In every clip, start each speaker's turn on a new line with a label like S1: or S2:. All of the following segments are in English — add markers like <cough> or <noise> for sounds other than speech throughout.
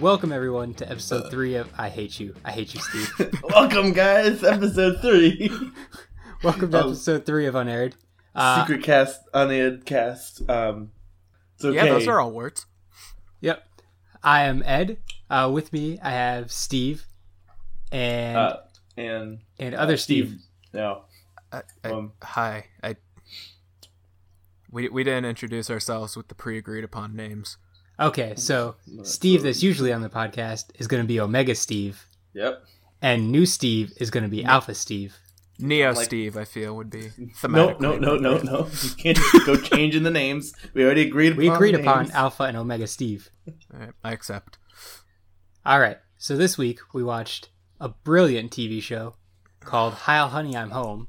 S1: Welcome everyone to
S2: Uh,
S1: episode three of I Hate You. I Hate You,
S2: <laughs>
S1: Steve. <laughs>
S2: Welcome, guys. Episode three,
S1: Welcome to
S2: Um,
S1: episode three of Unaired. Uh,
S2: secret cast, unaired cast. Um, it's okay.
S3: Yeah, those are all words.
S1: yep. I am Ed. Uh, with me, I have Steve and
S2: Uh, and
S1: and other Steve.
S2: No,
S3: I, I,
S2: Um,
S3: hi, I. We, we didn't introduce ourselves with the pre-agreed upon names.
S1: Okay, so
S2: Uh,
S1: Steve, that's usually on the podcast, is going to be Omega Steve,
S2: <laughs> Yep.
S1: and new Steve is going to be Alpha Steve.
S3: Neo
S2: Like-
S3: Steve, I feel, would be
S2: No, <laughs>
S3: thematically.
S2: no, no, no,
S3: appropriate.
S2: no. You can't just go changing the names. We already agreed.
S1: We
S2: upon
S1: agreed
S2: the
S1: upon
S2: <laughs> names.
S1: Alpha and Omega Steve.
S3: Alright, I accept.
S1: All right. So this week we watched a brilliant TV show called "Heil Honey, I'm Home."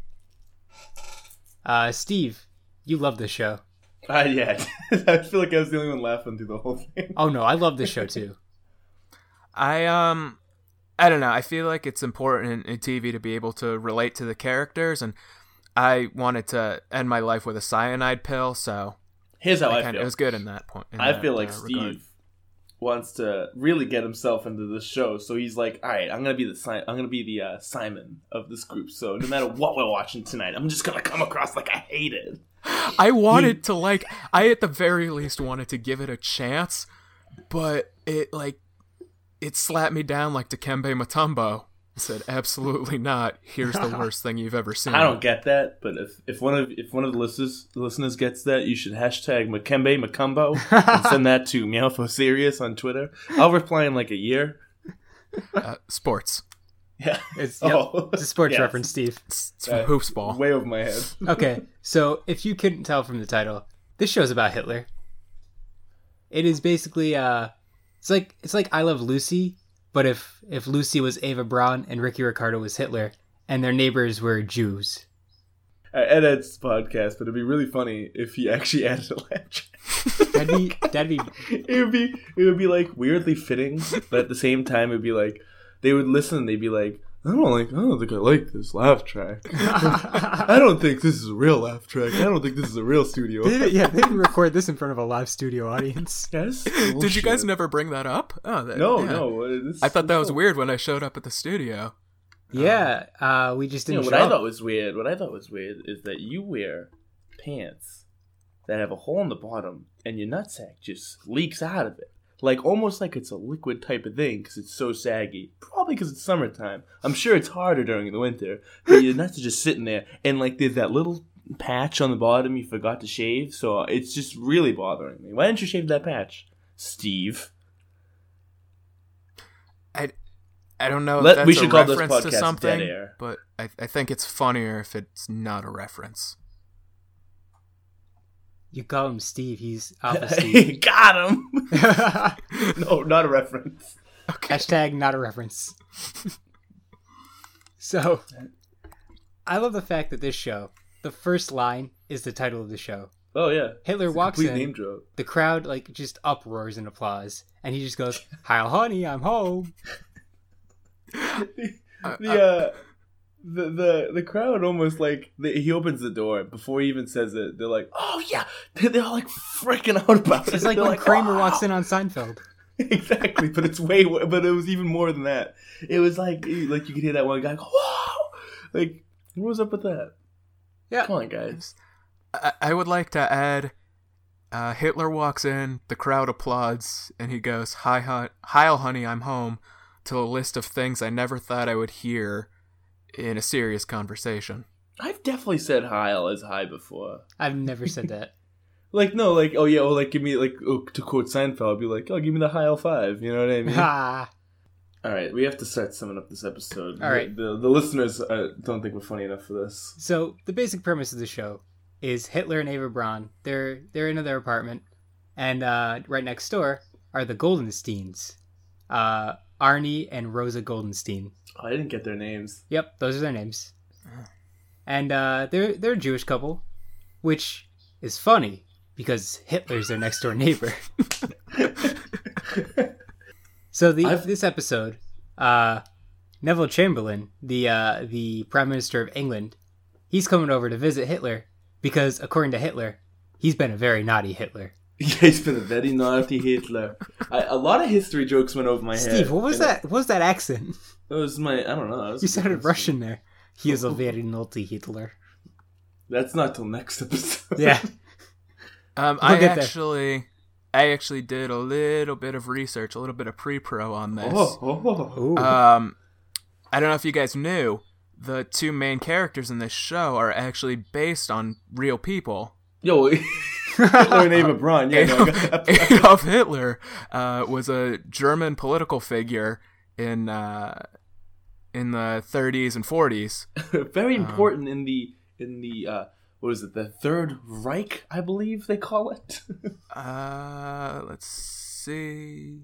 S1: Uh, Steve, you love this show.
S2: Uh, yeah, <laughs> I feel like I was the only one laughing through the whole thing.
S1: Oh no, I love this show
S2: <laughs>
S1: too.
S3: I um, I don't know. I feel like it's important in TV to be able to relate to the characters, and I wanted to end my life with a cyanide pill, so
S2: Here's how
S3: I
S2: I,
S3: kinda-
S2: feel.
S3: it was good in that point. in
S2: I
S3: that,
S2: feel like
S3: uh,
S2: Steve
S3: regard.
S2: wants to really get himself into this show, so he's like, "All right, I'm gonna be the si- I'm gonna be the uh, Simon of this group. So no matter what we're watching tonight, I'm just gonna come across like I hate it."
S3: I wanted to like I at the very least wanted to give it a chance, but it like it slapped me down like Dikembe Mutombo. I said absolutely not.
S2: <laughs>
S3: Here's the worst thing you've ever seen.
S2: I don't get that, but if, if one of if one of the listeners listeners gets that, you should hashtag Makembe Macumbo and send that to Meowfo Serious on Twitter. I'll reply in like a year. <laughs>
S3: uh, sports.
S2: Yeah.
S1: It's, yep,
S2: Oh.
S1: it's a sports
S2: <laughs> Yes.
S1: reference, Steve.
S3: It's, it's
S2: Uh,
S3: from hoops ball.
S2: Way over my head.
S1: Okay, so if you couldn't tell from the title, this show's about Hitler. It is basically uh, it's like it's like I Love Lucy, but if if Lucy was Ava Braun and Ricky Ricardo was Hitler, and their neighbors were Jews.
S2: I Ed Ed's podcast, but it'd be really funny if he actually added a laugh track.
S1: That'd be that'd
S2: <laughs>
S1: be <laughs>
S2: it would be it would be like weirdly fitting, but at the same time it'd be like they would listen and they'd be like, I don't like I don't think I like this laugh track. I don't think this is a real laugh track. I don't think this is a real studio.
S1: They didn't- yeah, they didn't record this in front of a live studio audience.
S2: Yes.
S3: Did you guys
S2: Bullshit.
S3: never bring that up? Oh, that,
S2: No,
S3: yeah.
S2: no. uh, This,
S3: I thought that was weird when I showed up at the studio.
S1: <laughs> Yeah, uh, we just
S2: You know,
S1: didn't
S2: what
S1: show
S2: I
S1: up.
S2: thought was weird. What I thought was weird is that you wear pants that have a hole in the bottom, and your nutsack just leaks out of it, like almost like it's a liquid type of thing because it's so saggy. Probably because it's summertime. I'm sure it's harder during the winter, but your nuts are just sitting there, and like there's that little patch on the bottom you forgot to shave, so it's just really bothering me. Why didn't you shave that patch, Steve?
S3: I don't know. If
S2: Let-
S3: that's
S2: we should
S3: a
S2: call this
S3: reference to
S2: podcast Dead
S3: something,
S2: Air.
S3: but I, I think it's funnier if it's not a reference.
S1: You call him Steve.
S2: <laughs>
S1: He's Alpha Steve. <laughs>
S2: Got him. no, not a reference.
S3: Okay.
S1: Hashtag not a reference. <laughs> So, I love the fact that this show, the first line is the title of the show.
S2: Oh yeah.
S1: Hitler
S2: It's a
S1: walks
S2: complete
S1: in,
S2: name drop.
S1: <laughs> the crowd like just uproars and applause, and he just
S2: <laughs>
S1: goes, "Heil, honey, I'm home."
S3: Uh,
S2: the uh, the the the crowd almost like the, he opens the door before he even says it. They're like, "Oh yeah!" They're, they're all like freaking out about it.
S1: It's like
S2: They're
S1: when Kramer
S2: "Wow!"
S1: walks in on Seinfeld.
S2: <laughs> exactly, but it's way. wo- But it was even more than that. It was like like you could hear that one guy go, "Wow!" Like what was up with that?
S1: Yeah.
S2: come on, guys.
S3: I, I would like to add uh, Hitler walks in, the crowd applauds, and he goes, Hi, hun- Heil, honey, I'm home, to a list of things I never thought I would hear in a serious conversation.
S2: I've definitely said "Heil" as "high" before.
S1: I've never said that.
S2: Like no, like oh yeah, well like give me like oh, to quote Seinfeld, I'd be like, "Oh, give me the Heil five. You know what <laughs>
S1: <laughs>
S2: I mean?
S1: Ah,
S2: All right, we have to start summing up this episode.
S1: All right.
S2: the, the listeners uh, don't think we're funny enough for this.
S1: So the basic premise of the show is Hitler and Eva Braun. They're they're in their apartment, and uh, right next door are the Goldensteins, uh, Arnie and Rosa Goldenstein.
S2: Oh, I didn't get their names. <laughs>
S1: Yep, those are their names.
S3: Ah.
S1: And uh, they're they're a Jewish couple, which is funny because Hitler's their next door neighbor. <laughs> So the
S2: I've-
S1: this episode, uh, Neville Chamberlain, the uh, the Prime Minister of England, he's coming over to visit Hitler because, according to Hitler, he's been a very naughty Hitler.
S2: Yeah, he's been a very naughty Hitler. I, a lot of history jokes went over my head.
S1: Steve, what was
S2: and
S1: that? What was that
S2: <laughs>
S1: accent?
S2: That was my. I don't know. that was
S1: You
S2: a good
S1: sounded
S2: question.
S1: Russian there. He is a very naughty
S2: <laughs>
S1: Hitler.
S2: That's not till next episode.
S1: Yeah.
S3: Um,
S1: We'll
S3: I
S1: get there.
S3: actually, I actually did a little bit of research, a little bit of pre-pro on this.
S2: <laughs> Oh, oh,
S1: Ooh.
S3: Um, I don't know if you guys knew, the two main characters in this show are actually based on real people.
S2: yo, <laughs>
S1: Uh, <laughs>
S2: Hitler and Eva Braun. Yeah, no, I
S3: <laughs>
S2: got-
S3: Adolf Hitler uh, was a German political figure in uh, in the 30s and 40s.
S1: <laughs>
S2: <laughs> very important in the in the uh, what is it? The Third Reich, I believe they call it. <laughs>
S3: Uh, let's see.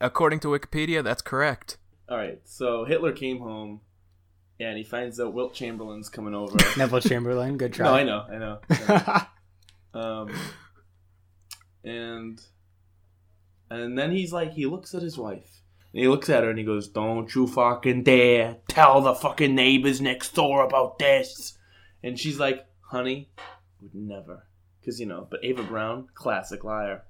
S3: According to Wikipedia, that's correct.
S2: All right, so Hitler came home, and he finds out Wilt Chamberlain's coming over.
S1: Neville Chamberlain, good try.
S2: <laughs> no, I know, I know. I know.
S1: know.
S2: Um, and and then he's like, he looks at his wife, and he looks at her, and he goes, "Don't you fucking dare tell the fucking neighbors next door about this." And she's like, "Honey, would never, because you know." But Ava Brown, classic liar.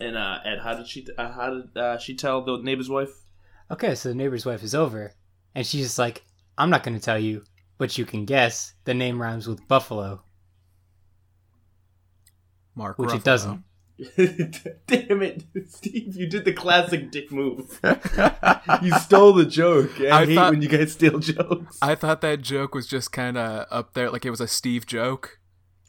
S2: And uh, and how did she? Uh, how did uh, she tell the neighbor's wife?
S1: <laughs>
S2: <laughs>
S1: okay, so the neighbor's wife is over, and she's just like, I'm not going to tell you, but you can guess the name rhymes with buffalo,
S2: <laughs>
S1: <laughs>
S3: Mark
S1: which
S3: Ruffalo.
S1: it doesn't.
S2: Damn it, <laughs> Steve! You did the classic dick move.
S1: Oh
S2: <laughs> You stole the joke. I,
S3: I
S2: hate
S3: thought-
S2: when you guys steal jokes.
S3: I thought that joke was just kind of up there, like it was a
S1: <laughs>
S3: Steve joke,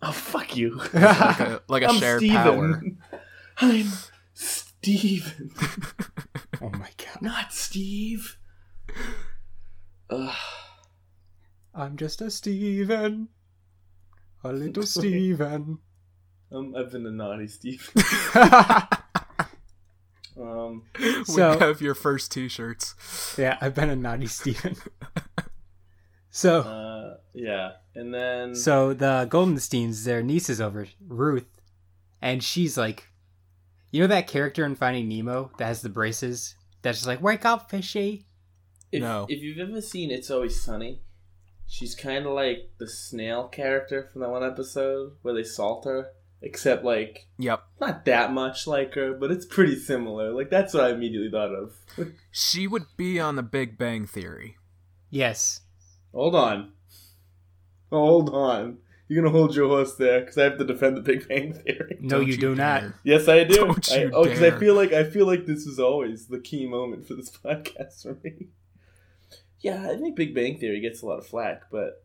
S2: Oh fuck you!
S3: like a, like a
S2: I'm
S3: shared
S2: Steven.
S3: power.
S2: <laughs>
S3: <laughs>
S2: I'm Steven,
S1: oh my god.
S2: not
S3: <laughs>
S2: Steve. Ugh.
S1: I'm just a Steven. A little
S2: <laughs>
S1: Steven. <laughs>
S2: Um, I've been a naughty
S3: <laughs>
S2: Steve. Um,
S1: <laughs> So-
S3: we have your first T-shirts.
S1: yeah, I've been a naughty <laughs> Steven. so,
S2: uh, yeah, and then
S1: so the Goldensteins, their niece is over, Ruth, and she's like, you know that character in Finding Nemo that has the braces? That's just like, wake up, fishy.
S2: if,
S3: No.
S2: if you've ever seen It's Always Sunny, she's kind of like the snail character from that one episode where they salt her, except like
S3: Yep.
S2: not that much like her, but it's pretty similar. Like that's what I immediately thought of.
S3: She would be on the Big Bang Theory.
S1: Yes.
S2: Hold on. Hold on. You're gonna hold your horse there because I have to defend the Big Bang Theory.
S1: No,
S3: Don't
S1: you, do not.
S3: dare.
S2: Yes, I do.
S3: Don't
S2: I,
S3: you
S2: oh, because I
S3: dare.
S2: feel like I feel like this is always the key moment for this <laughs> podcast for me. Yeah, I think Big Bang Theory gets a lot of flack, but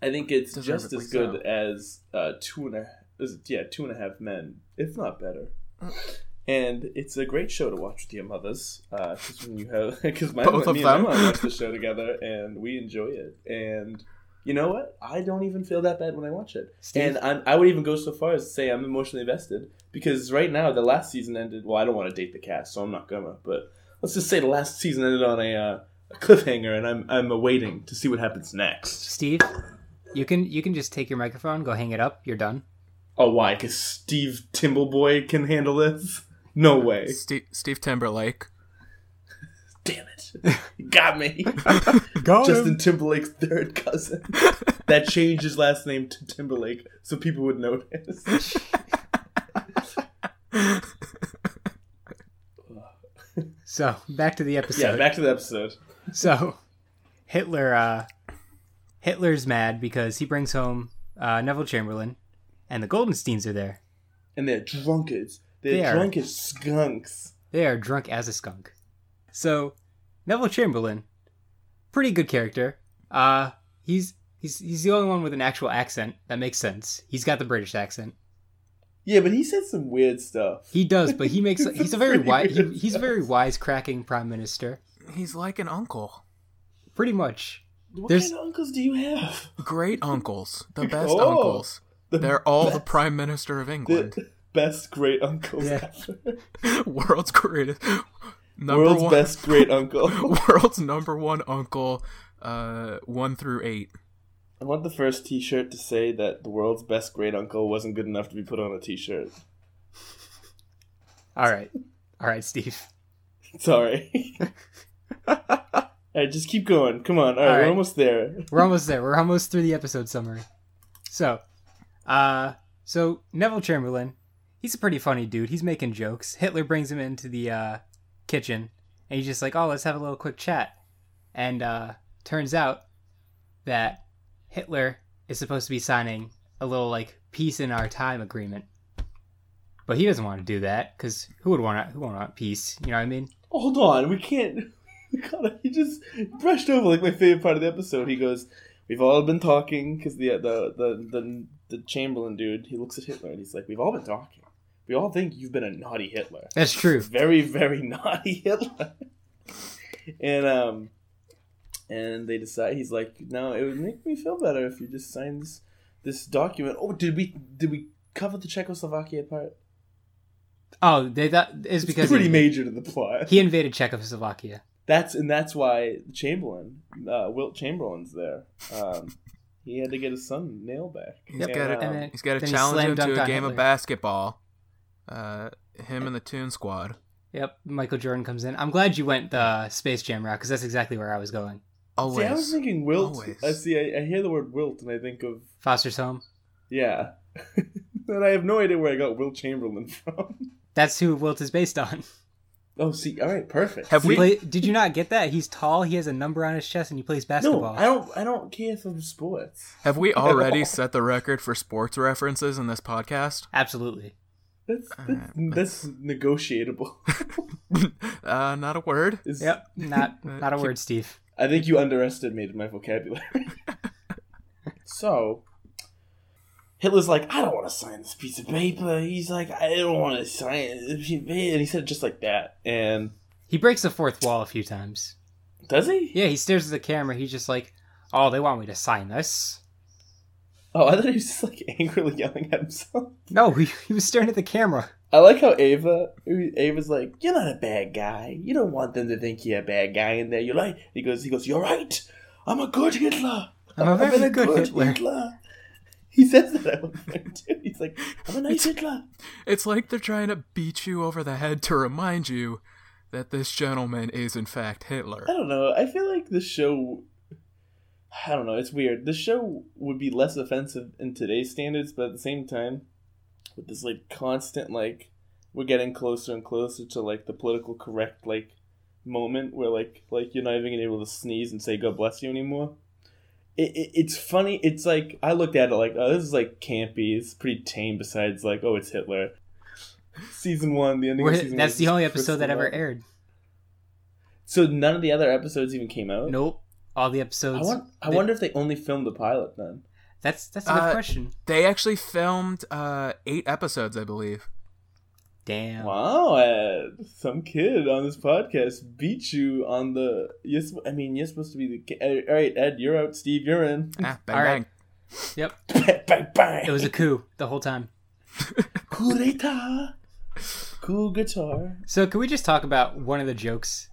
S2: I think it's just
S3: Deservedly
S2: as good
S3: so.
S2: as uh, two and a is it- yeah two and a half men, if not better.
S3: Mm.
S2: And it's a great show to watch with your mothers, because when you have <laughs> because my
S3: Both
S2: me
S3: of
S2: and my
S3: them.
S2: mom watch
S3: <laughs>
S2: the show together, and we enjoy it. And you know what? I don't even feel that bad when I watch it.
S1: Steve?
S2: And I'm, I would even go so far as to say I'm emotionally invested because right now the last season ended. Well, I don't want to date the cast, so I'm not gonna. But let's just say the last season ended on a, uh, a cliffhanger, and I'm I'm awaiting to see what happens next.
S1: Steve, you can you can just take your microphone, go hang it up. You're done.
S2: Oh, why? Because Steve Timbleboy can handle this? No way!
S3: Steve, Steve Timberlake.
S2: Damn <laughs> it! You Got me. <laughs>
S1: Go.
S2: Justin Timberlake's third cousin. That changed his last name to Timberlake so people would notice. <laughs>
S1: so back to the episode.
S2: Yeah, back to the episode.
S1: so Hitler, uh, Hitler's mad because he brings home uh, Neville Chamberlain, and the Goldensteins are there.
S2: And they're drunkards.
S1: They
S2: They're
S1: are.
S2: drunk as skunks.
S1: They are drunk as a skunk. So Neville Chamberlain, pretty good character. Uh, he's he's he's the only one with an actual accent that makes sense. He's got the British accent.
S2: Yeah, but he said some weird stuff.
S1: He does, but he makes <laughs> he's a very wise he,
S2: Pretty
S1: he's a very wise cracking prime minister.
S3: He's like an uncle.
S1: Pretty much.
S2: What
S1: There's-
S2: kind of uncles do you have?
S3: Great uncles.
S2: <laughs>
S3: The best
S2: Oh.
S3: uncles.
S2: The
S3: They're all the
S2: <laughs> best-
S3: Prime Minister of England. <laughs>
S2: the best great uncles
S1: Yeah.
S2: ever.
S3: World's greatest. Number
S2: World's
S3: one,
S2: best great uncle.
S3: <laughs> World's number one uncle. Uh, one through eight.
S2: I want the first T-shirt to say that the world's best great uncle wasn't good enough to be put on a T-shirt.
S1: All right. All right, Steve.
S2: Sorry. All right, just keep going. Come on. All right,
S1: All right.
S2: we're almost there.
S1: We're almost there. We're almost through the episode summary. So, uh so Neville Chamberlain, he's a pretty funny dude. He's making jokes. Hitler brings him into the uh, kitchen, and he's just like, "Oh, let's have a little quick chat." And uh, turns out that Hitler is supposed to be signing a little like peace in our time agreement, but he doesn't want to do that because who would want to, who would want peace? You know what I mean?
S2: Oh, Hold on, we can't. <laughs> We gotta, he just brushed over like my favorite part of the episode. He goes, "We've all been talking," because the, the the the the Chamberlain dude. He looks at Hitler and he's like, "We've all been talking. We all think you've been a naughty Hitler,
S1: That's true.
S2: very very <laughs> naughty Hitler." and um, and they decide he's like, "No, it would make me feel better if you just signed this this document." Oh, did we did we cover the Czechoslovakia part?
S1: Oh, they that is
S2: It's
S1: because
S2: pretty
S1: he,
S2: major to the plot.
S1: he invaded Czechoslovakia.
S2: That's and that's why Chamberlain, uh, Wilt Chamberlain's there. Um, he had to get his son nail back.
S3: He's
S2: And,
S3: got it.
S2: um,
S1: And then-
S3: He's got to
S1: Then he
S3: challenge
S1: slam
S3: him
S1: dunked
S3: to a
S1: on
S3: game
S1: Hitler.
S3: of basketball. Uh, him and the Toon Squad.
S1: Yep, Michael Jordan comes in. I'm glad you went the Space Jam route because that's exactly where I was going.
S2: see, I was
S3: Always.
S2: thinking Wilt.
S3: Always.
S2: I see. I, I hear the word Wilt, and I think of
S1: Foster's home.
S2: yeah. <laughs> and I have no idea where I got Wilt Chamberlain <laughs> from.
S1: That's who Wilt is based on. <laughs>
S2: Oh, see, all right, perfect.
S3: Have
S1: He
S3: we?
S1: play- did you not get that? He's tall. He has a number on his chest, and he plays
S2: no,
S1: basketball.
S2: I don't. I don't care for sports. <laughs>
S3: Have we already set the record for sports references in this podcast? <laughs>
S1: Absolutely.
S2: That's that's,
S3: right,
S2: that's negotiable. <laughs>
S3: uh, not a word.
S2: It's-
S1: Yep.
S2: <laughs>
S1: Not
S3: Uh,
S1: not a
S3: keep-
S1: word, Steve.
S2: I think you underestimated my
S1: <laughs>
S2: vocabulary. so, Hitler's like, I don't want to sign this piece of paper. He's like, I don't want to sign this piece of paper. And he said it just like that. And
S1: He breaks the fourth wall a few times.
S2: does he?
S1: Yeah, he stares at the camera. He's just like, "Oh, they want me to sign this."
S2: Oh, I thought he was just like <laughs> angrily yelling at himself.
S1: No, <laughs> he, he was staring at the camera.
S2: I like how Ava, Ava's like, you're not a bad guy. You don't want them to think you're a bad guy in there. You're like, he goes, he goes, you're right. I'm a good Hitler.
S1: I'm a
S2: I've
S1: very
S2: been
S1: good Hitler.
S2: <laughs> He says that at one point too. He's like, I'm a nice Hitler.
S3: It's like they're trying to beat you over the head to remind you that this gentleman is in fact Hitler.
S2: I don't know. I feel like the show. I don't know. It's weird. The show would be less offensive in today's standards, but at the same time, with this like constant like we're getting closer and closer to like the political correct like moment where like like you're not even able to sneeze and say God bless you anymore. It, it, it's funny. It's like I looked at it like oh this is like campy. It's pretty tame. Besides like oh it's Hitler. Season one, the ending.
S1: We're-
S2: of season one
S1: that's
S2: is
S1: the
S2: just
S1: only episode that
S2: twisted
S1: ever
S2: up.
S1: aired.
S2: So none of the other episodes even came out.
S1: Nope. All the episodes.
S2: I, want, I
S1: they-
S2: wonder if they only filmed the pilot then.
S1: That's that's a good
S3: Uh,
S1: question.
S3: They actually filmed uh, eight episodes, I believe.
S1: Damn.
S2: Wow, Ed, some kid on this podcast beat you on the. You're, sp- I mean, you're supposed to be the. ki- eh, All right, Ed, you're out. Steve, you're in.
S3: Ah, bang
S1: All
S3: bang.
S1: right. Yep.
S2: bang, bang, bang.
S1: It was a coup the whole time.
S2: coup d'etat. Cool guitar.
S1: So can we just talk about one of the jokes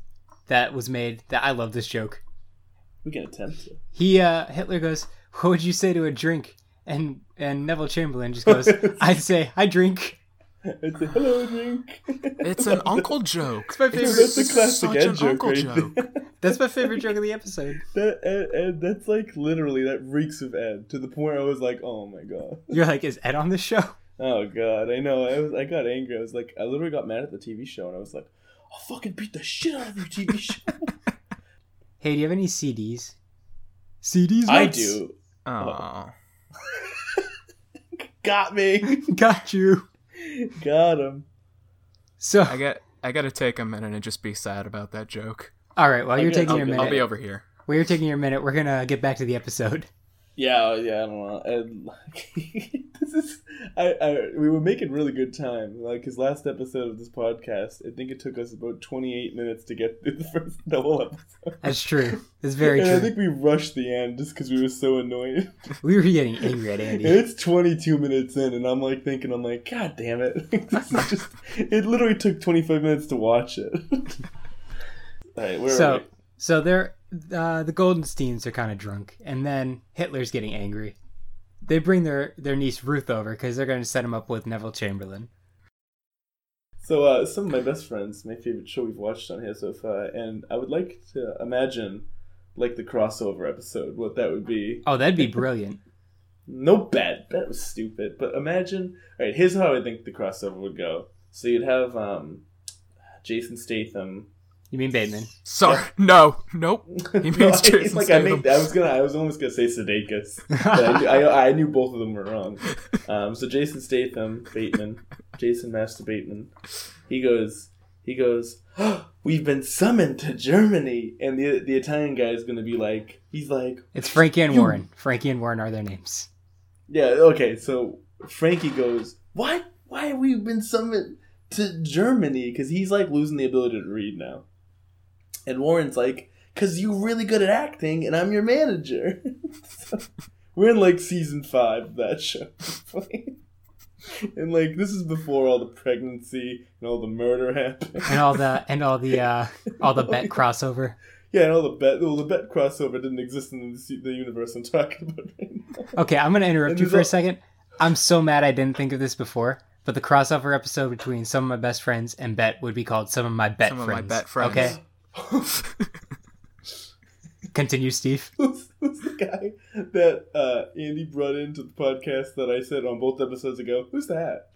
S1: that was made that I love this joke.
S2: We can attempt to.
S1: He uh Hitler goes, What would you say to a drink? And and Neville Chamberlain just
S2: <laughs>
S1: goes, I'd say, I drink.
S2: It's a hello drink.
S3: It's an uncle joke. It's
S1: my favorite.
S2: That's a classic
S3: such
S2: Ed
S3: an
S2: joke
S3: uncle
S2: right
S3: joke.
S1: That's my favorite joke of the episode.
S2: <laughs> That, Ed, Ed, that's like literally, that reeks of Ed to the point where I was like, oh my god.
S1: You're like, is Ed on this show?
S2: Oh god, I know. I was I got angry. I was like, I literally got mad at the TV show, and I was like, I'll fucking beat the shit out of you, TV
S1: <laughs>
S2: show.
S1: Hey, do you have any CDs? CDs?
S2: I
S1: nuts?
S2: do. <laughs>
S3: Oh.
S2: Got me.
S1: <laughs> Got you.
S2: got him.
S1: So,
S3: I got I got to take a minute and just be sad about that joke.
S1: all right. While you're
S2: I'll
S1: taking
S2: be-
S1: your minute,
S3: I'll be over here.
S1: while you're taking your minute, we're gonna get back to the episode.
S2: Yeah, oh, yeah. I don't know. And <laughs> this is. I, I we were making really good time. Like his last episode of this podcast, I think it took us about twenty eight minutes to get through the first <laughs> the whole episode.
S1: That's true. It's very
S2: <laughs> and I
S1: true.
S2: think we rushed the end just because we were so annoyed.
S1: We were getting angry at
S2: <laughs> And
S1: Andy.
S2: it's 22 minutes in, and I'm like thinking, I'm like, God damn it. <laughs> this is just, it literally took 25 minutes to watch it. <laughs> All right, where are
S1: So,
S2: we?
S1: so they're uh, the Goldensteins are kind of drunk, and then Hitler's getting angry. They bring their their niece Ruth over because they're gonna set him up with Neville Chamberlain.
S2: So, uh, some of my best friends, my favorite show we've watched on here so far, and I would like to imagine, like, the crossover episode, what that would be.
S1: Oh, that'd be brilliant.
S2: No bad. That was stupid. But imagine. All right, here's how I think the crossover would go. So you'd have um, Jason Statham.
S1: You mean Bateman?
S3: Sorry, no,
S2: <laughs>
S3: nope. He means
S2: No, I-
S3: Jason
S2: like I,
S3: Statham.
S2: made, I was gonna. I was almost gonna say Sudeikis. But I, knew, I, I knew both of them were wrong. Um, so Jason Statham, Bateman, Jason Master Bateman. He goes. He goes. We've been summoned to Germany, and the the Italian guy is gonna be like. He's like.
S1: It's Frankie and
S2: You-
S1: Warren. Frankie and Warren are their names.
S2: Yeah, okay, so Frankie goes, Why why have we been summoned to Germany? Because he's like losing the ability to read now. And Warren's like, Because you're really good at acting and I'm your manager. <laughs> So, we're in like season five of that show. <laughs> and like, this is before all the pregnancy and all the murder happened. <laughs>
S1: And all the and all the uh all the bet crossover.
S2: Yeah, and all the bet, well, the bet crossover didn't exist in the, the universe I'm talking about right now.
S1: Okay, I'm gonna
S2: And
S1: interrupt you
S2: there's
S1: for
S2: al-
S1: a second. I'm so mad I didn't think of this before. But the crossover episode between some of my best friends and Bet would be called "Some of My Bet
S3: Some of
S1: Friends."
S3: my bet friends.
S1: Okay, continue, Steve.
S2: who's, who's the guy that uh, Andy brought into the podcast that I said on both episodes ago? Who's that?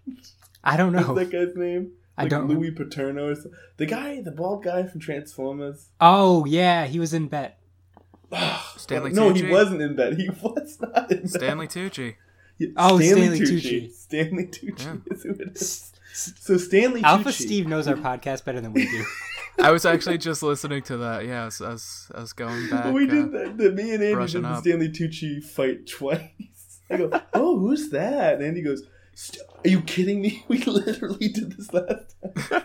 S1: I don't
S2: What's
S1: know.
S2: that guy's name?
S1: I
S2: Like
S1: don't.
S2: Louis Paterno or something. The guy, the bald guy from Transformers.
S1: Oh yeah, he was in Bet.
S3: Stanley
S2: no, he
S3: Tucci?
S2: wasn't in that. He <laughs> was not in that.
S3: Stanley Tucci.
S2: Yeah,
S1: Oh, Stanley Tucci.
S2: Stanley Tucci
S3: Yeah.
S2: is who it is.
S1: S- s-
S2: So Stanley
S1: Alpha
S2: Tucci.
S1: Steve knows our podcast better than we
S2: <laughs>
S1: do.
S3: I was actually just listening to that. Yeah, I was, I was, I
S2: <laughs>
S3: was going back.
S2: we
S3: uh,
S2: did that. that me and Andy
S3: brushing
S2: did the
S3: up.
S2: Stanley Tucci fight twice. <laughs> I go, oh, who's that? And Andy goes, "St- are you kidding me? <laughs> We literally did this last time.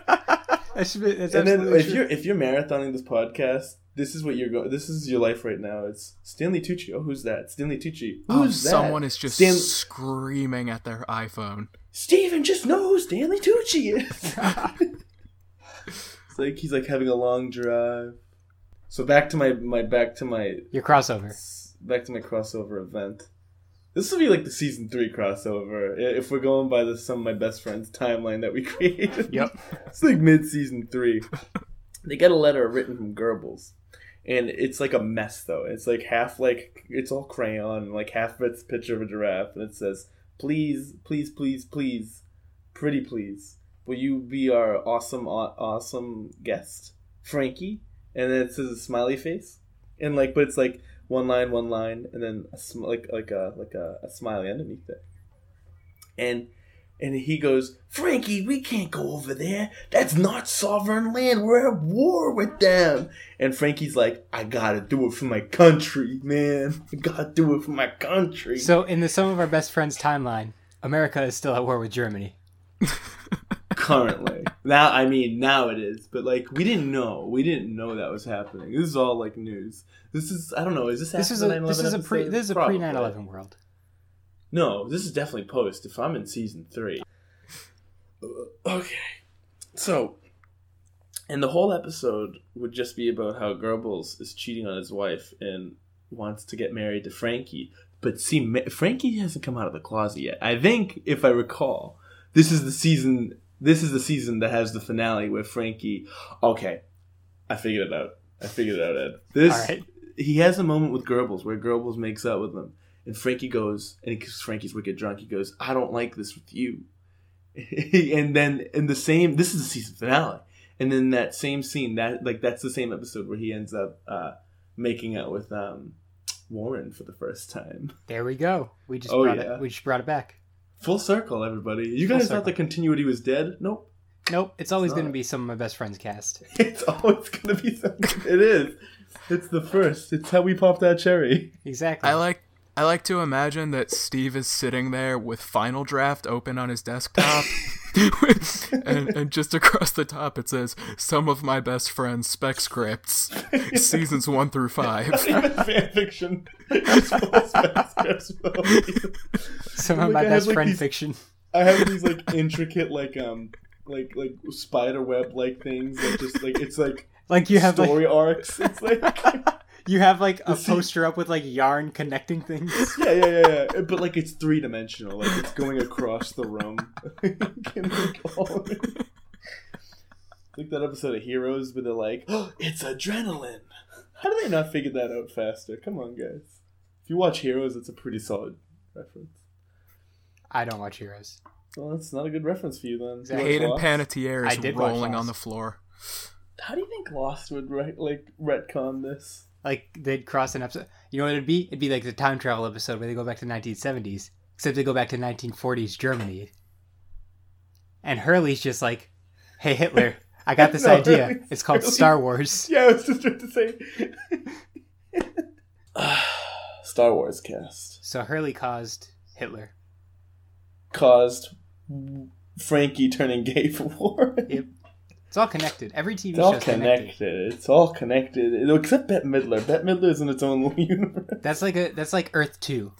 S1: That should be- that's
S2: and then
S1: absolutely
S2: if
S1: true.
S2: you're if you're marathoning this podcast, this is what you're going. This is your life right now. It's Stanley Tucci. Oh, who's that? Stanley Tucci. Who's
S3: Oh,
S2: that?
S3: someone is just
S2: Stan-
S3: screaming at their iPhone.
S2: Steven just knows Stanley Tucci is. <laughs> it's like he's like having a long drive. So back to my my back to my
S1: <laughs> your crossover.
S2: back to my crossover event. This will be like the season three crossover i- if we're going by the some of my best friends timeline that we <laughs> created.
S1: Yep.
S2: it's like mid season three. They get a letter written from Goebbels, and it's like a mess though. It's like half like it's all crayon, and like half of it's a picture of a giraffe, and it says, "Please, please, please, please, pretty please, will you be our awesome, aw- awesome guest, Frankie?" And then it says a smiley face, and like, but it's like one line, one line, and then a sm- like like a like a, a smiley underneath it, and and he goes, Frankie, we can't go over there. That's not sovereign land. We're at war with them. And Frankie's like, I gotta do it for my country, man. <laughs> I gotta do it for my country.
S1: So in the some of our best friends timeline, America is still at war with Germany.
S2: Currently. now, I mean, now it is. But, like, we didn't know. We didn't know that was happening. This is all, like, news. This is, I don't know, is this
S1: This
S2: after
S1: is
S2: the
S1: a
S2: 9/11
S1: this is a pre
S2: episode?
S1: this is a
S2: Probably.
S1: pre 9/11 world.
S2: No, this is definitely post. If I'm in season three, Uh, okay. So, and the whole episode would just be about how Goebbels is cheating on his wife and wants to get married to Frankie. But see, Ma- Frankie hasn't come out of the closet yet. I think, if I recall, this is the season. This is the season that has the finale where Frankie. Okay, I figured it out. I figured it out, Ed. This
S1: All right.
S2: he has a moment with Goebbels where Goebbels makes out with him, and Frankie goes, and because Frankie's wicked drunk, he goes, "I don't like this with you." <laughs> and then in the same, this is the season finale, and then that same scene, that like that's the same episode where he ends up uh, making out with um, Warren for the first time.
S1: There we go. We just
S2: Oh,
S1: brought
S2: yeah.
S1: it we just brought it back.
S2: Full circle, everybody. You
S1: Full
S2: guys
S1: circle.
S2: thought the continuity was dead? Nope. <laughs>
S1: Nope, it's always
S2: It's
S1: going to
S2: not.
S1: be some of my best friends cast.
S2: It's always gonna be something. it is. It's the first. It's how we popped our
S1: <laughs>
S2: cherry.
S1: Exactly.
S3: I like I like to imagine that Steve is sitting there with Final Draft open on
S2: <laughs>
S3: his desktop, <laughs> and, and just across the top it says, "Some of my best friends spec scripts, seasons one through five.
S2: <laughs> not even fan fiction. It's full spec scripts for all these.
S1: some
S2: I
S1: of
S2: like
S1: my
S2: I had,
S1: best
S2: Oh like,
S1: friend
S2: these-
S1: fiction.
S2: I have these like intricate like um like like spider web like things that just like it's like
S1: Like <laughs> you have like
S2: story arcs. It's like <laughs> yeah
S1: you have like a
S2: see-
S1: poster up with like yarn connecting
S2: <laughs>
S1: things.
S2: yeah yeah yeah. But like it's three dimensional. Like it's going across the room. <laughs> Can we call it? Like that episode of Heroes where they're like, oh, it's adrenaline. How do they not figure that out faster? Come on, guys. If you watch Heroes, it's a pretty solid reference.
S1: I don't watch Heroes.
S2: Well, that's not a good reference for you then.
S1: Exactly.
S2: You watch
S3: Hayden
S2: Lost?
S3: Panettiere
S1: I
S3: is
S1: did watch
S3: rolling
S1: Lost.
S3: on the floor.
S2: How do you think Lost would re- like retcon this?
S1: Like they'd cross an episode. You know what it'd be? It'd be like the time travel episode where they go back to 1970s, except they go back to 1940s Germany. And Hurley's just like, "Hey Hitler, I
S2: <laughs>
S1: got this
S2: No,
S1: idea.
S2: Hurley's-
S1: it's called
S2: Hurley's-
S1: Star Wars."
S2: <laughs> Yeah, I was just trying to say. <sighs> Star Wars cast
S1: So Hurley caused Hitler.
S2: caused Frankie turning gay for war.
S1: Yep. It's all connected. Every TV
S2: It's all
S1: show's
S2: connected.
S1: connected.
S2: It's all connected, except Bette Midler. Bette Midler is in its own <laughs> little universe.
S1: That's like a that's like Earth Two.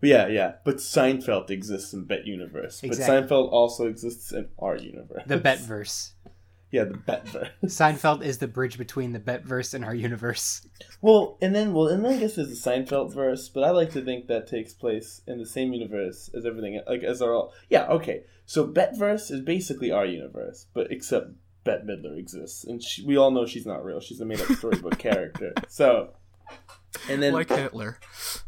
S2: But yeah, yeah. But Seinfeld exists in Bette universe. But
S1: Exactly.
S2: Seinfeld also exists in our universe.
S1: The Betverse.
S2: <laughs> Yeah, the Betverse.
S1: Seinfeld is the bridge between the Betverse and our universe.
S2: Well, and then well, and then I guess there's a Seinfeld verse, but I like to think that takes place in the same universe as everything, like as our all. Yeah, okay. So Betverse is basically our universe, but except Bette Midler exists, and she, we all know she's not real. She's a made-up storybook character. So, and then
S3: Like Hitler.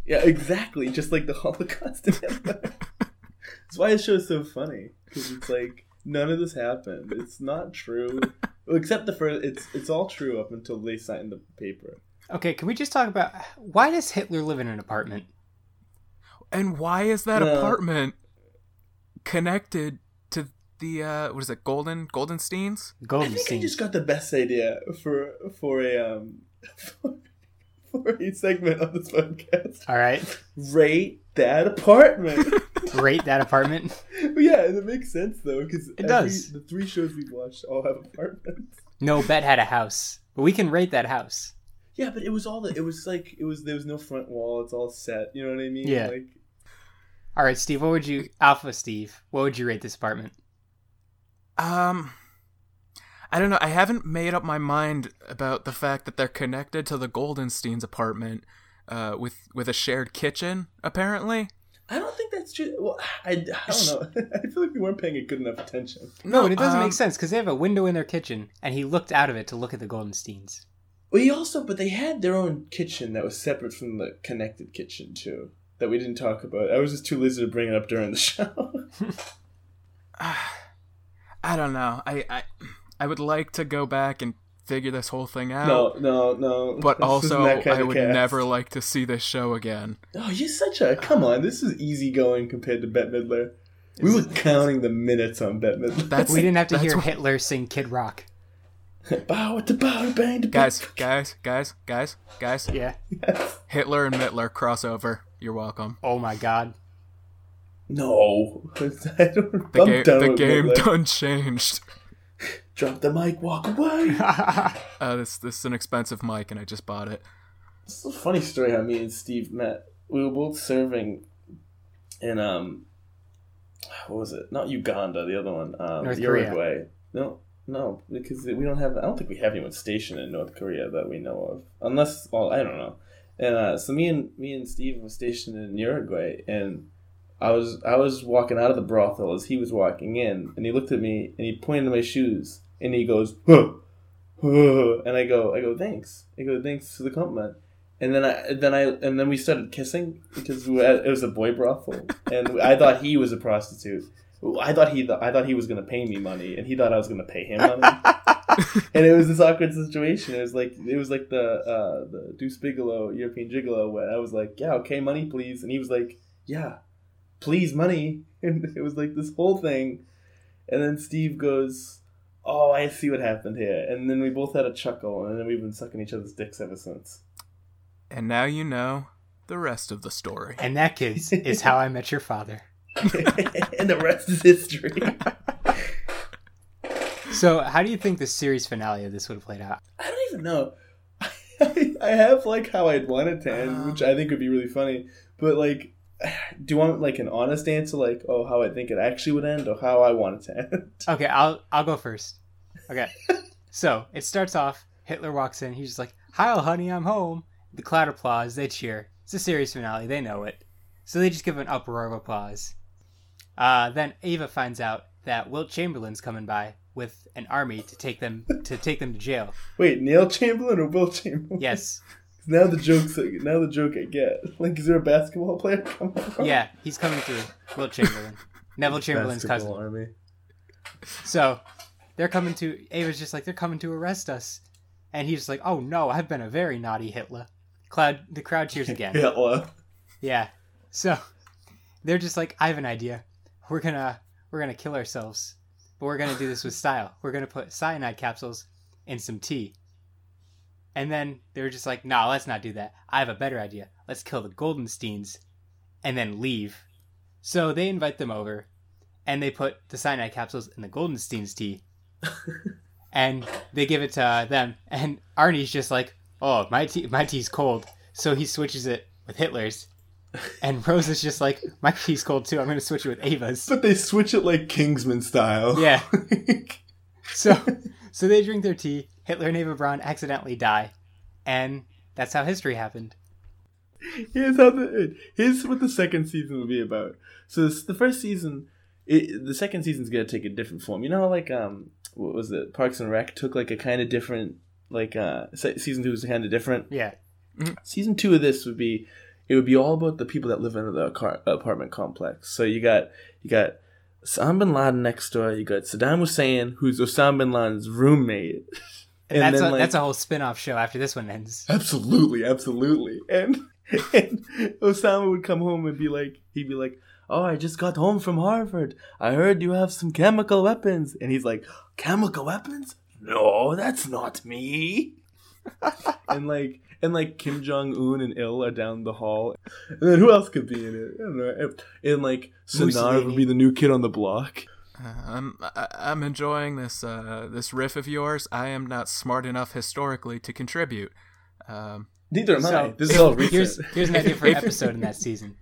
S2: yeah, exactly, just like the Holocaust. in Hitler. That's why this show is so funny because it's like none of this happened. It's not true, Well, except the first. It's it's all true up until they sign the paper.
S1: Okay, can we just talk about why does Hitler live in an apartment?
S3: And why is that
S2: Yeah.
S3: apartment connected to the uh what is it, Golden Goldensteins?
S2: I
S1: Golden
S2: think I
S1: scene.
S2: just got the best idea for for a um <laughs> for, a segment on this podcast.
S1: All right,
S2: Rate that apartment. <laughs>
S1: rate that apartment.
S2: yeah, and it makes sense though because
S1: It does.
S2: The three shows we've watched all have apartments. <laughs>
S1: No, Bet had a house, but we can rate that house.
S2: Yeah, but it was all the it was like it was there was no front wall. It's all set. You know what I mean?
S1: Yeah.
S2: Like
S1: All right, Steve, what would you Alpha Steve? What would you rate this apartment?
S3: Um I don't know. I haven't made up my mind about the fact that they're connected to the Goldensteins apartment uh with with a shared kitchen apparently.
S2: I don't think that's true. Well, I, I don't know. <laughs> I feel like we weren't paying it good enough attention.
S1: No, but it doesn't
S3: um,
S1: make sense because they have a window in their kitchen, and he looked out of it to look at the Goldensteins.
S2: Well, you also, but they had their own kitchen that was separate from the connected kitchen too, that we didn't talk about. I was just too lazy to bring it up during the <laughs> show.
S3: I don't know. I I, I would like to go back and figure this whole thing out.
S2: no, no, no.
S3: But
S2: This isn't
S3: also,
S2: that kind
S3: I
S2: of
S3: would
S2: cast.
S3: never like to see this show again.
S2: Oh, you're such a come on. This is easygoing compared to Bette Midler. We were counting the minutes on Bette Midler.
S3: That's-
S1: We didn't have to
S3: That's
S1: hear
S3: what-
S1: Hitler sing Kid Rock.
S2: <laughs> bow to bow to bang to
S3: Guys, guys, guys, guys, guys.
S1: Yeah.
S3: Hitler and Mittler crossover. You're welcome.
S1: Oh my
S3: <laughs>
S1: God.
S2: No, <laughs> I don't.
S3: The,
S2: I'm
S3: ga-
S2: done
S3: the
S2: with
S3: game
S2: Midler.
S3: done changed.
S2: Drop the mic. Walk away.
S3: Uh, this this is an expensive mic, and I just bought it.
S2: It's a funny story how me and Steve met. We were both serving in um, what was it? Not Uganda, the other one, um,
S1: North Korea.
S2: Uruguay. No, no, because we don't have. I don't think we have anyone stationed in North Korea that we know of, unless well, I don't know. And uh, so me and me and Steve were stationed in Uruguay, and I was I was walking out of the brothel as he was walking in, and he looked at me and he pointed to my shoes, and he goes, huh, huh," and I go I go thanks, I go thanks for the compliment. And then I, then I, and then we started kissing because we were at, it was a boy brothel, and I thought he was a prostitute. I thought he, I thought he was gonna pay me money, and he thought I was gonna pay him money. and it was this awkward situation. It was like, it was like the uh, the Deuce Bigelow European Gigolo, when I was like, yeah, okay, money, please, and he was like, yeah, please, money, <laughs> and it was like this whole thing. And then Steve goes, oh, I see what happened here, and then we both had a chuckle, and then we've been sucking each other's dicks ever since.
S3: And now you know the rest of the story.
S1: And that, kids, is how I met your father.
S2: <laughs> and the rest
S1: <laughs>
S2: is history.
S1: So, how do you think the series finale of this would have played out?
S2: I don't even know. I, I have like how I'd want it to end,
S1: Uh-huh.
S2: which I think would be really funny. But like, do you want like an honest answer, like oh how I think it actually would end, or how I want it to <laughs> end?
S1: Okay, I'll I'll go first. Okay. so it starts off, Hitler walks in, he's just like, Hi honey, I'm home. The crowd applauds, they cheer. It's a series finale, they know it. So they just give an uproar of applause. Uh, then Ava finds out that Wilt Chamberlain's coming by with an army to take them to take them to jail.
S2: Wait, Neil Chamberlain or Will Chamberlain?
S1: Yes.
S2: <laughs> Now the joke's like, now the joke I get. Like, is there a basketball player coming? from?
S1: Yeah, he's coming through. Will Chamberlain, Neville Chamberlain's
S2: Basketball
S1: cousin.
S2: army.
S1: So they're coming to. Ava's just like they're coming to arrest us, and he's like, "Oh no, I've been a very naughty Hitler." Cloud, the crowd cheers again.
S2: <laughs> Yeah, well,
S1: Yeah. So they're just like, I have an idea. We're gonna we're gonna kill ourselves, but we're gonna do this with style. We're gonna put cyanide capsules in some tea. And then they were just like, Nah, let's not do that. I have a better idea. Let's kill the Goldensteins, and then leave. So they invite them over, and they put the cyanide capsules in the Goldensteins' tea, and they give it to uh, them. And Arnie's just like, Oh, my tea, my tea's cold. So he switches it with Hitler's. And Rose is just like, my tea's cold too. I'm going to switch it with Ava's.
S2: but they switch it like Kingsman style.
S1: Yeah. So, so they drink their tea. Hitler and Eva Braun accidentally die, and that's how history happened.
S2: here's how the here's what the second season will be about. So this, the first season, it, the second season's gonna take a different form. You know, how, like um, what was it? Parks and Rec took like a kind of different, like uh, se- season two was kind of different.
S1: Yeah.
S2: Season two of this would be, it would be all about the people that live in the car, apartment complex. So you got you got. Osama bin Laden next door. You got Saddam Hussein, who's Osama bin Laden's roommate.
S1: And that's
S2: then,
S1: a,
S2: like-
S1: that's a whole spin-off show after this one ends.
S2: Absolutely, absolutely. And <laughs> and Osama would come home and be like, he'd be like, "Oh, I just got home from Harvard. I heard you have some chemical weapons." And he's like, "Chemical weapons? No, that's not me." <laughs> and like and like Kim Jong Un and Il are down the hall. And then who else could be in it? I don't know. And like Sonar would
S1: Mussolini.
S2: be the new kid on the block.
S3: Uh, I'm I, I'm enjoying this uh, this riff of yours. I am not smart enough historically to contribute. Um,
S2: Neither am I.
S1: So-
S2: This is all recent.
S1: Here's here's an idea for
S2: <laughs>
S1: an episode in that season.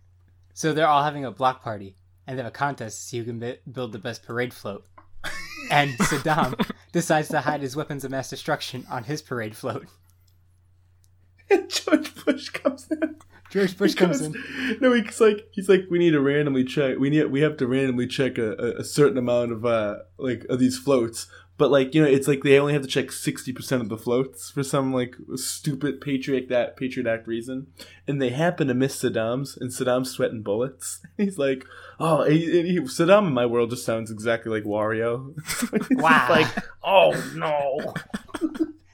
S1: So they're all having a block party, and they have a contest to see who can bi- build the best parade float.
S2: <laughs>
S1: And Saddam decides to hide his weapons of mass destruction on his parade float.
S2: <laughs> George Bush comes in.
S1: George Bush comes in.
S2: No, he's like he's like we need to randomly check. We need we have to randomly check a, a, a certain amount of uh like of these floats. But like you know, it's like they only have to check sixty percent of the floats for some like stupid patriot that patriot act reason, and they happen to miss Saddam's, and Saddam's sweating bullets. <laughs> He's like, oh, and he, and he- Saddam in my world just sounds exactly like Wario. <laughs> He's
S1: Wow.
S2: Like, oh no.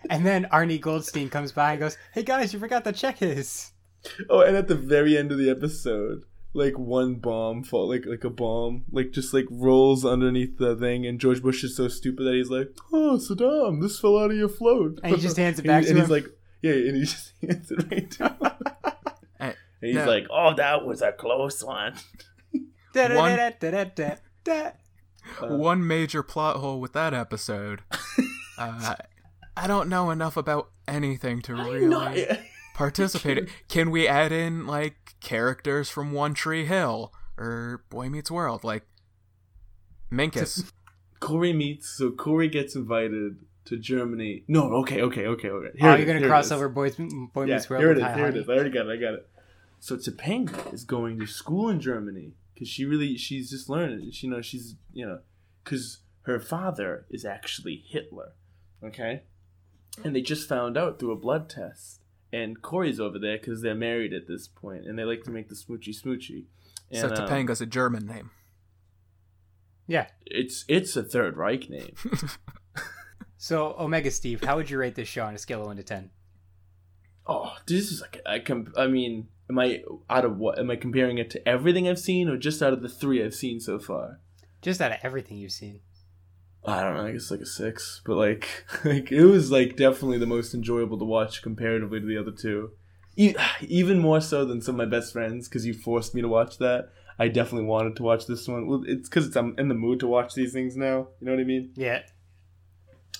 S1: And then Arnie Goldstein comes by and goes, "Hey guys, you forgot to check his."
S2: Oh, and at the very end of the episode, like one bomb fall, like like a bomb, like just like rolls underneath the thing, and George Bush is so stupid that he's like, "Oh, Saddam, this fell out of your float,"
S1: And he
S2: <laughs>
S1: just hands it back
S2: and,
S1: to
S2: and
S1: him.
S2: he's like, "Yeah," and he just <laughs> hands it right to him.
S3: <laughs> Hey,
S2: and he's
S3: no.
S2: like, "Oh, that was a close
S3: <laughs>
S2: one." <laughs>
S1: Da-da-da-da-da-da-da.
S2: Uh, <laughs>
S3: One major plot hole with that episode. uh, I don't know enough about anything to really
S2: Not-
S3: participate. in. Can we add in like characters from One Tree Hill or Boy Meets World, like Minkus?
S2: Corey meets, so Corey gets invited to Germany. No, okay, okay, okay, okay. Here
S1: Oh, you're
S2: it is,
S1: gonna
S2: here it
S1: cross
S2: is.
S1: over Boys Boy
S2: yeah,
S1: Meets World
S2: here it
S1: with
S2: is.
S1: High
S2: Here it
S1: Honey?
S2: is. I already got it. I got it. So Topanga is going to school in Germany because she really she's just learning. She, you know, she's you know, because her father is actually Hitler. Okay, and they just found out through a blood test. And Corey's over there because they're married at this point, and they like to make the smoochy smoochy. And,
S3: so
S2: um,
S3: Topanga's a German name.
S1: Yeah.
S2: it's it's a Third Reich name.
S1: So Omega Steve, how would you rate this show on a scale of one to ten?
S2: Oh, this is like I com- I mean, am I out of what? Am I comparing it to everything I've seen, or just out of the three I've seen so far?
S1: Just out of everything you've seen.
S2: I don't know. I guess like a six, but like, <laughs> like it was like definitely the most enjoyable to watch comparatively to the other two, e- <sighs> even more so than some of my best friends because you forced me to watch that. I definitely wanted to watch this one. Well, it's because I'm in the mood to watch these things now. You know what I mean?
S1: Yeah.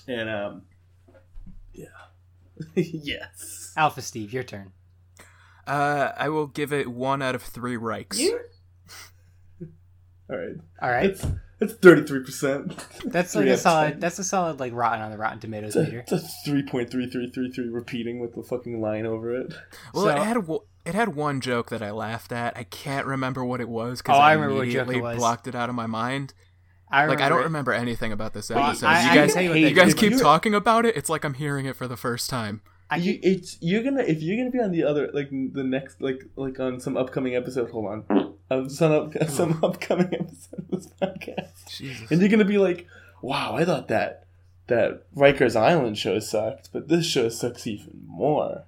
S2: And um, yeah, <laughs> yes.
S1: Alpha Steve, your turn.
S3: Uh, I will give it one out of three Reichs.
S2: <laughs> All right,
S1: All right.
S2: that's that's thirty three percent.
S1: That's
S2: three
S1: like
S2: out
S1: a
S2: of
S1: solid
S2: 10.
S1: that's a solid like rotten on the Rotten Tomatoes
S2: <laughs> It's a,
S1: meter.
S2: it's a three point three three three three repeating with the fucking line over it.
S3: Well,
S1: So-
S3: it had w- it had one joke that I laughed at. I can't remember what it was
S1: Oh,
S3: because
S1: I
S3: I,
S1: remember what joke it
S3: immediately
S1: was.
S3: blocked it out of my mind.
S1: I
S3: Like I don't
S1: it.
S3: remember anything about this
S1: Well,
S3: episode.
S1: I- I
S3: you
S1: can
S3: guys,
S1: tell you what
S3: you
S1: that
S3: guys
S1: joke
S3: keep
S2: was.
S3: talking about it. It's like I'm hearing it for the first time.
S1: I
S2: you,
S1: can-
S2: it's you're gonna if you're gonna be on the other like the next like like on some upcoming episode. Hold on, um, some up, some upcoming <laughs> episode of this podcast,
S3: Jesus.
S2: and you're gonna be like, "Wow, I thought that that Rikers Island show sucked, but this show sucks even more."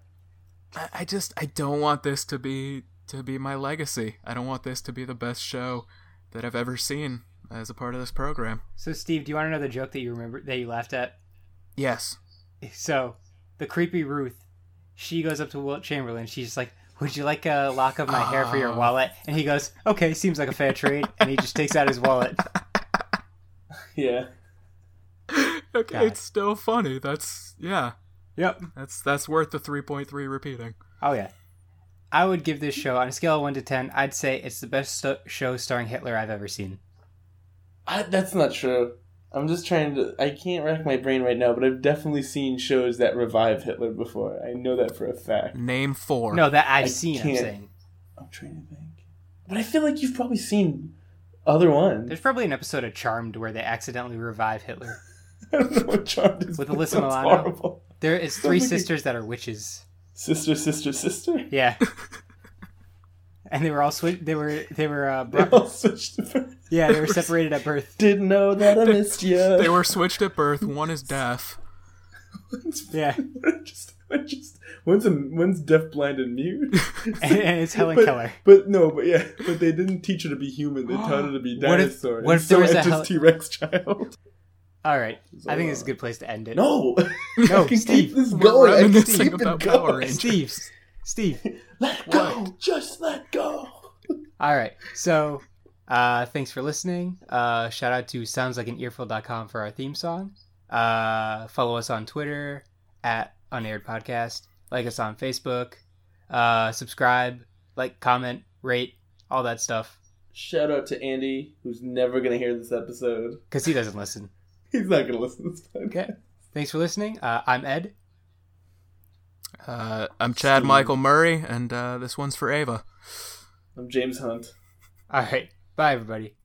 S3: I, I just I don't want this to be to be my legacy. I don't want this to be the best show that I've ever seen as a part of this program.
S1: So, Steve, do you want another joke that you remember that you laughed at?
S3: Yes. <gasps>
S1: So, the creepy Ruth, she goes up to Wilt Chamberlain. She's just like, "Would you like a lock of my hair for your
S3: Oh.
S1: wallet?" And he goes, "Okay, seems like a fair trade." And he just takes out his wallet.
S2: Yeah,
S3: Okay,
S1: God.
S3: it's still funny. That's yeah.
S1: Yep.
S3: That's that's worth the 3.3 repeating.
S1: Oh yeah. I would give this show on a scale of one to ten. I'd say it's the best sto- show starring Hitler I've ever seen.
S2: I, that's not true. I'm just trying to. I can't rack my brain right now, but I've definitely seen shows that revive Hitler before. I know that for a fact.
S3: Name 4.
S1: No, <laughs> that I've
S2: I
S1: seen. I'm
S2: can't.
S1: saying
S2: I'm trying to think, but I feel like you've probably seen other ones.
S1: there's probably an episode of Charmed where they accidentally revive Hitler.
S2: I don't know what charmed is.
S1: With Alyssa
S2: but that's
S1: Milano?
S2: horrible.
S1: There is three
S2: Sounds like a-
S1: sisters that are witches.
S2: Sister, sister, sister.
S1: Yeah. And they were all switch. They were they were uh,
S2: They
S1: bro-
S2: <laughs> all switched to her.
S1: <laughs> yeah they were separated at birth.
S2: Didn't know that I missed you.
S3: They were switched at birth. One is deaf.
S1: Yeah,
S2: just, we're just one's a, one's deafblind and mute.
S1: and, <laughs> and it's Helen
S2: but,
S1: Keller.
S2: But no, but yeah, but they didn't teach her to be human. They taught her to be
S1: <gasps> What if-
S2: dinosaur.
S1: what
S2: and
S1: if there
S2: so
S1: was a
S2: it's
S1: hel-
S2: T Rex child?
S1: All right, <laughs> I think it's a
S2: So-
S1: good place to end it.
S2: Uh, No, <laughs>
S1: No,
S2: I can
S1: Steve,
S2: keep this
S3: we're
S2: going. I can
S3: reminiscing
S2: keep it
S3: about Power
S2: going.
S3: Rangers.
S1: Steve, Steve.
S2: Let go, just let go.
S1: All right, so uh, thanks for listening. Uh, shout out to soundslikeanearful.com for our theme song. Uh, follow us on Twitter at unaired podcast. Like us on Facebook. Uh, subscribe, like, comment, rate, all that stuff.
S2: Shout out to Andy, who's never gonna hear this episode.
S1: Cause he doesn't listen.
S2: He's not gonna listen to this podcast.
S1: Okay. Thanks for listening. Uh, I'm Ed.
S3: Uh, I'm Chad
S2: Steve.
S3: Michael Murray and uh, this one's for Ava.
S2: I'm James Hunt.
S1: All right, bye everybody.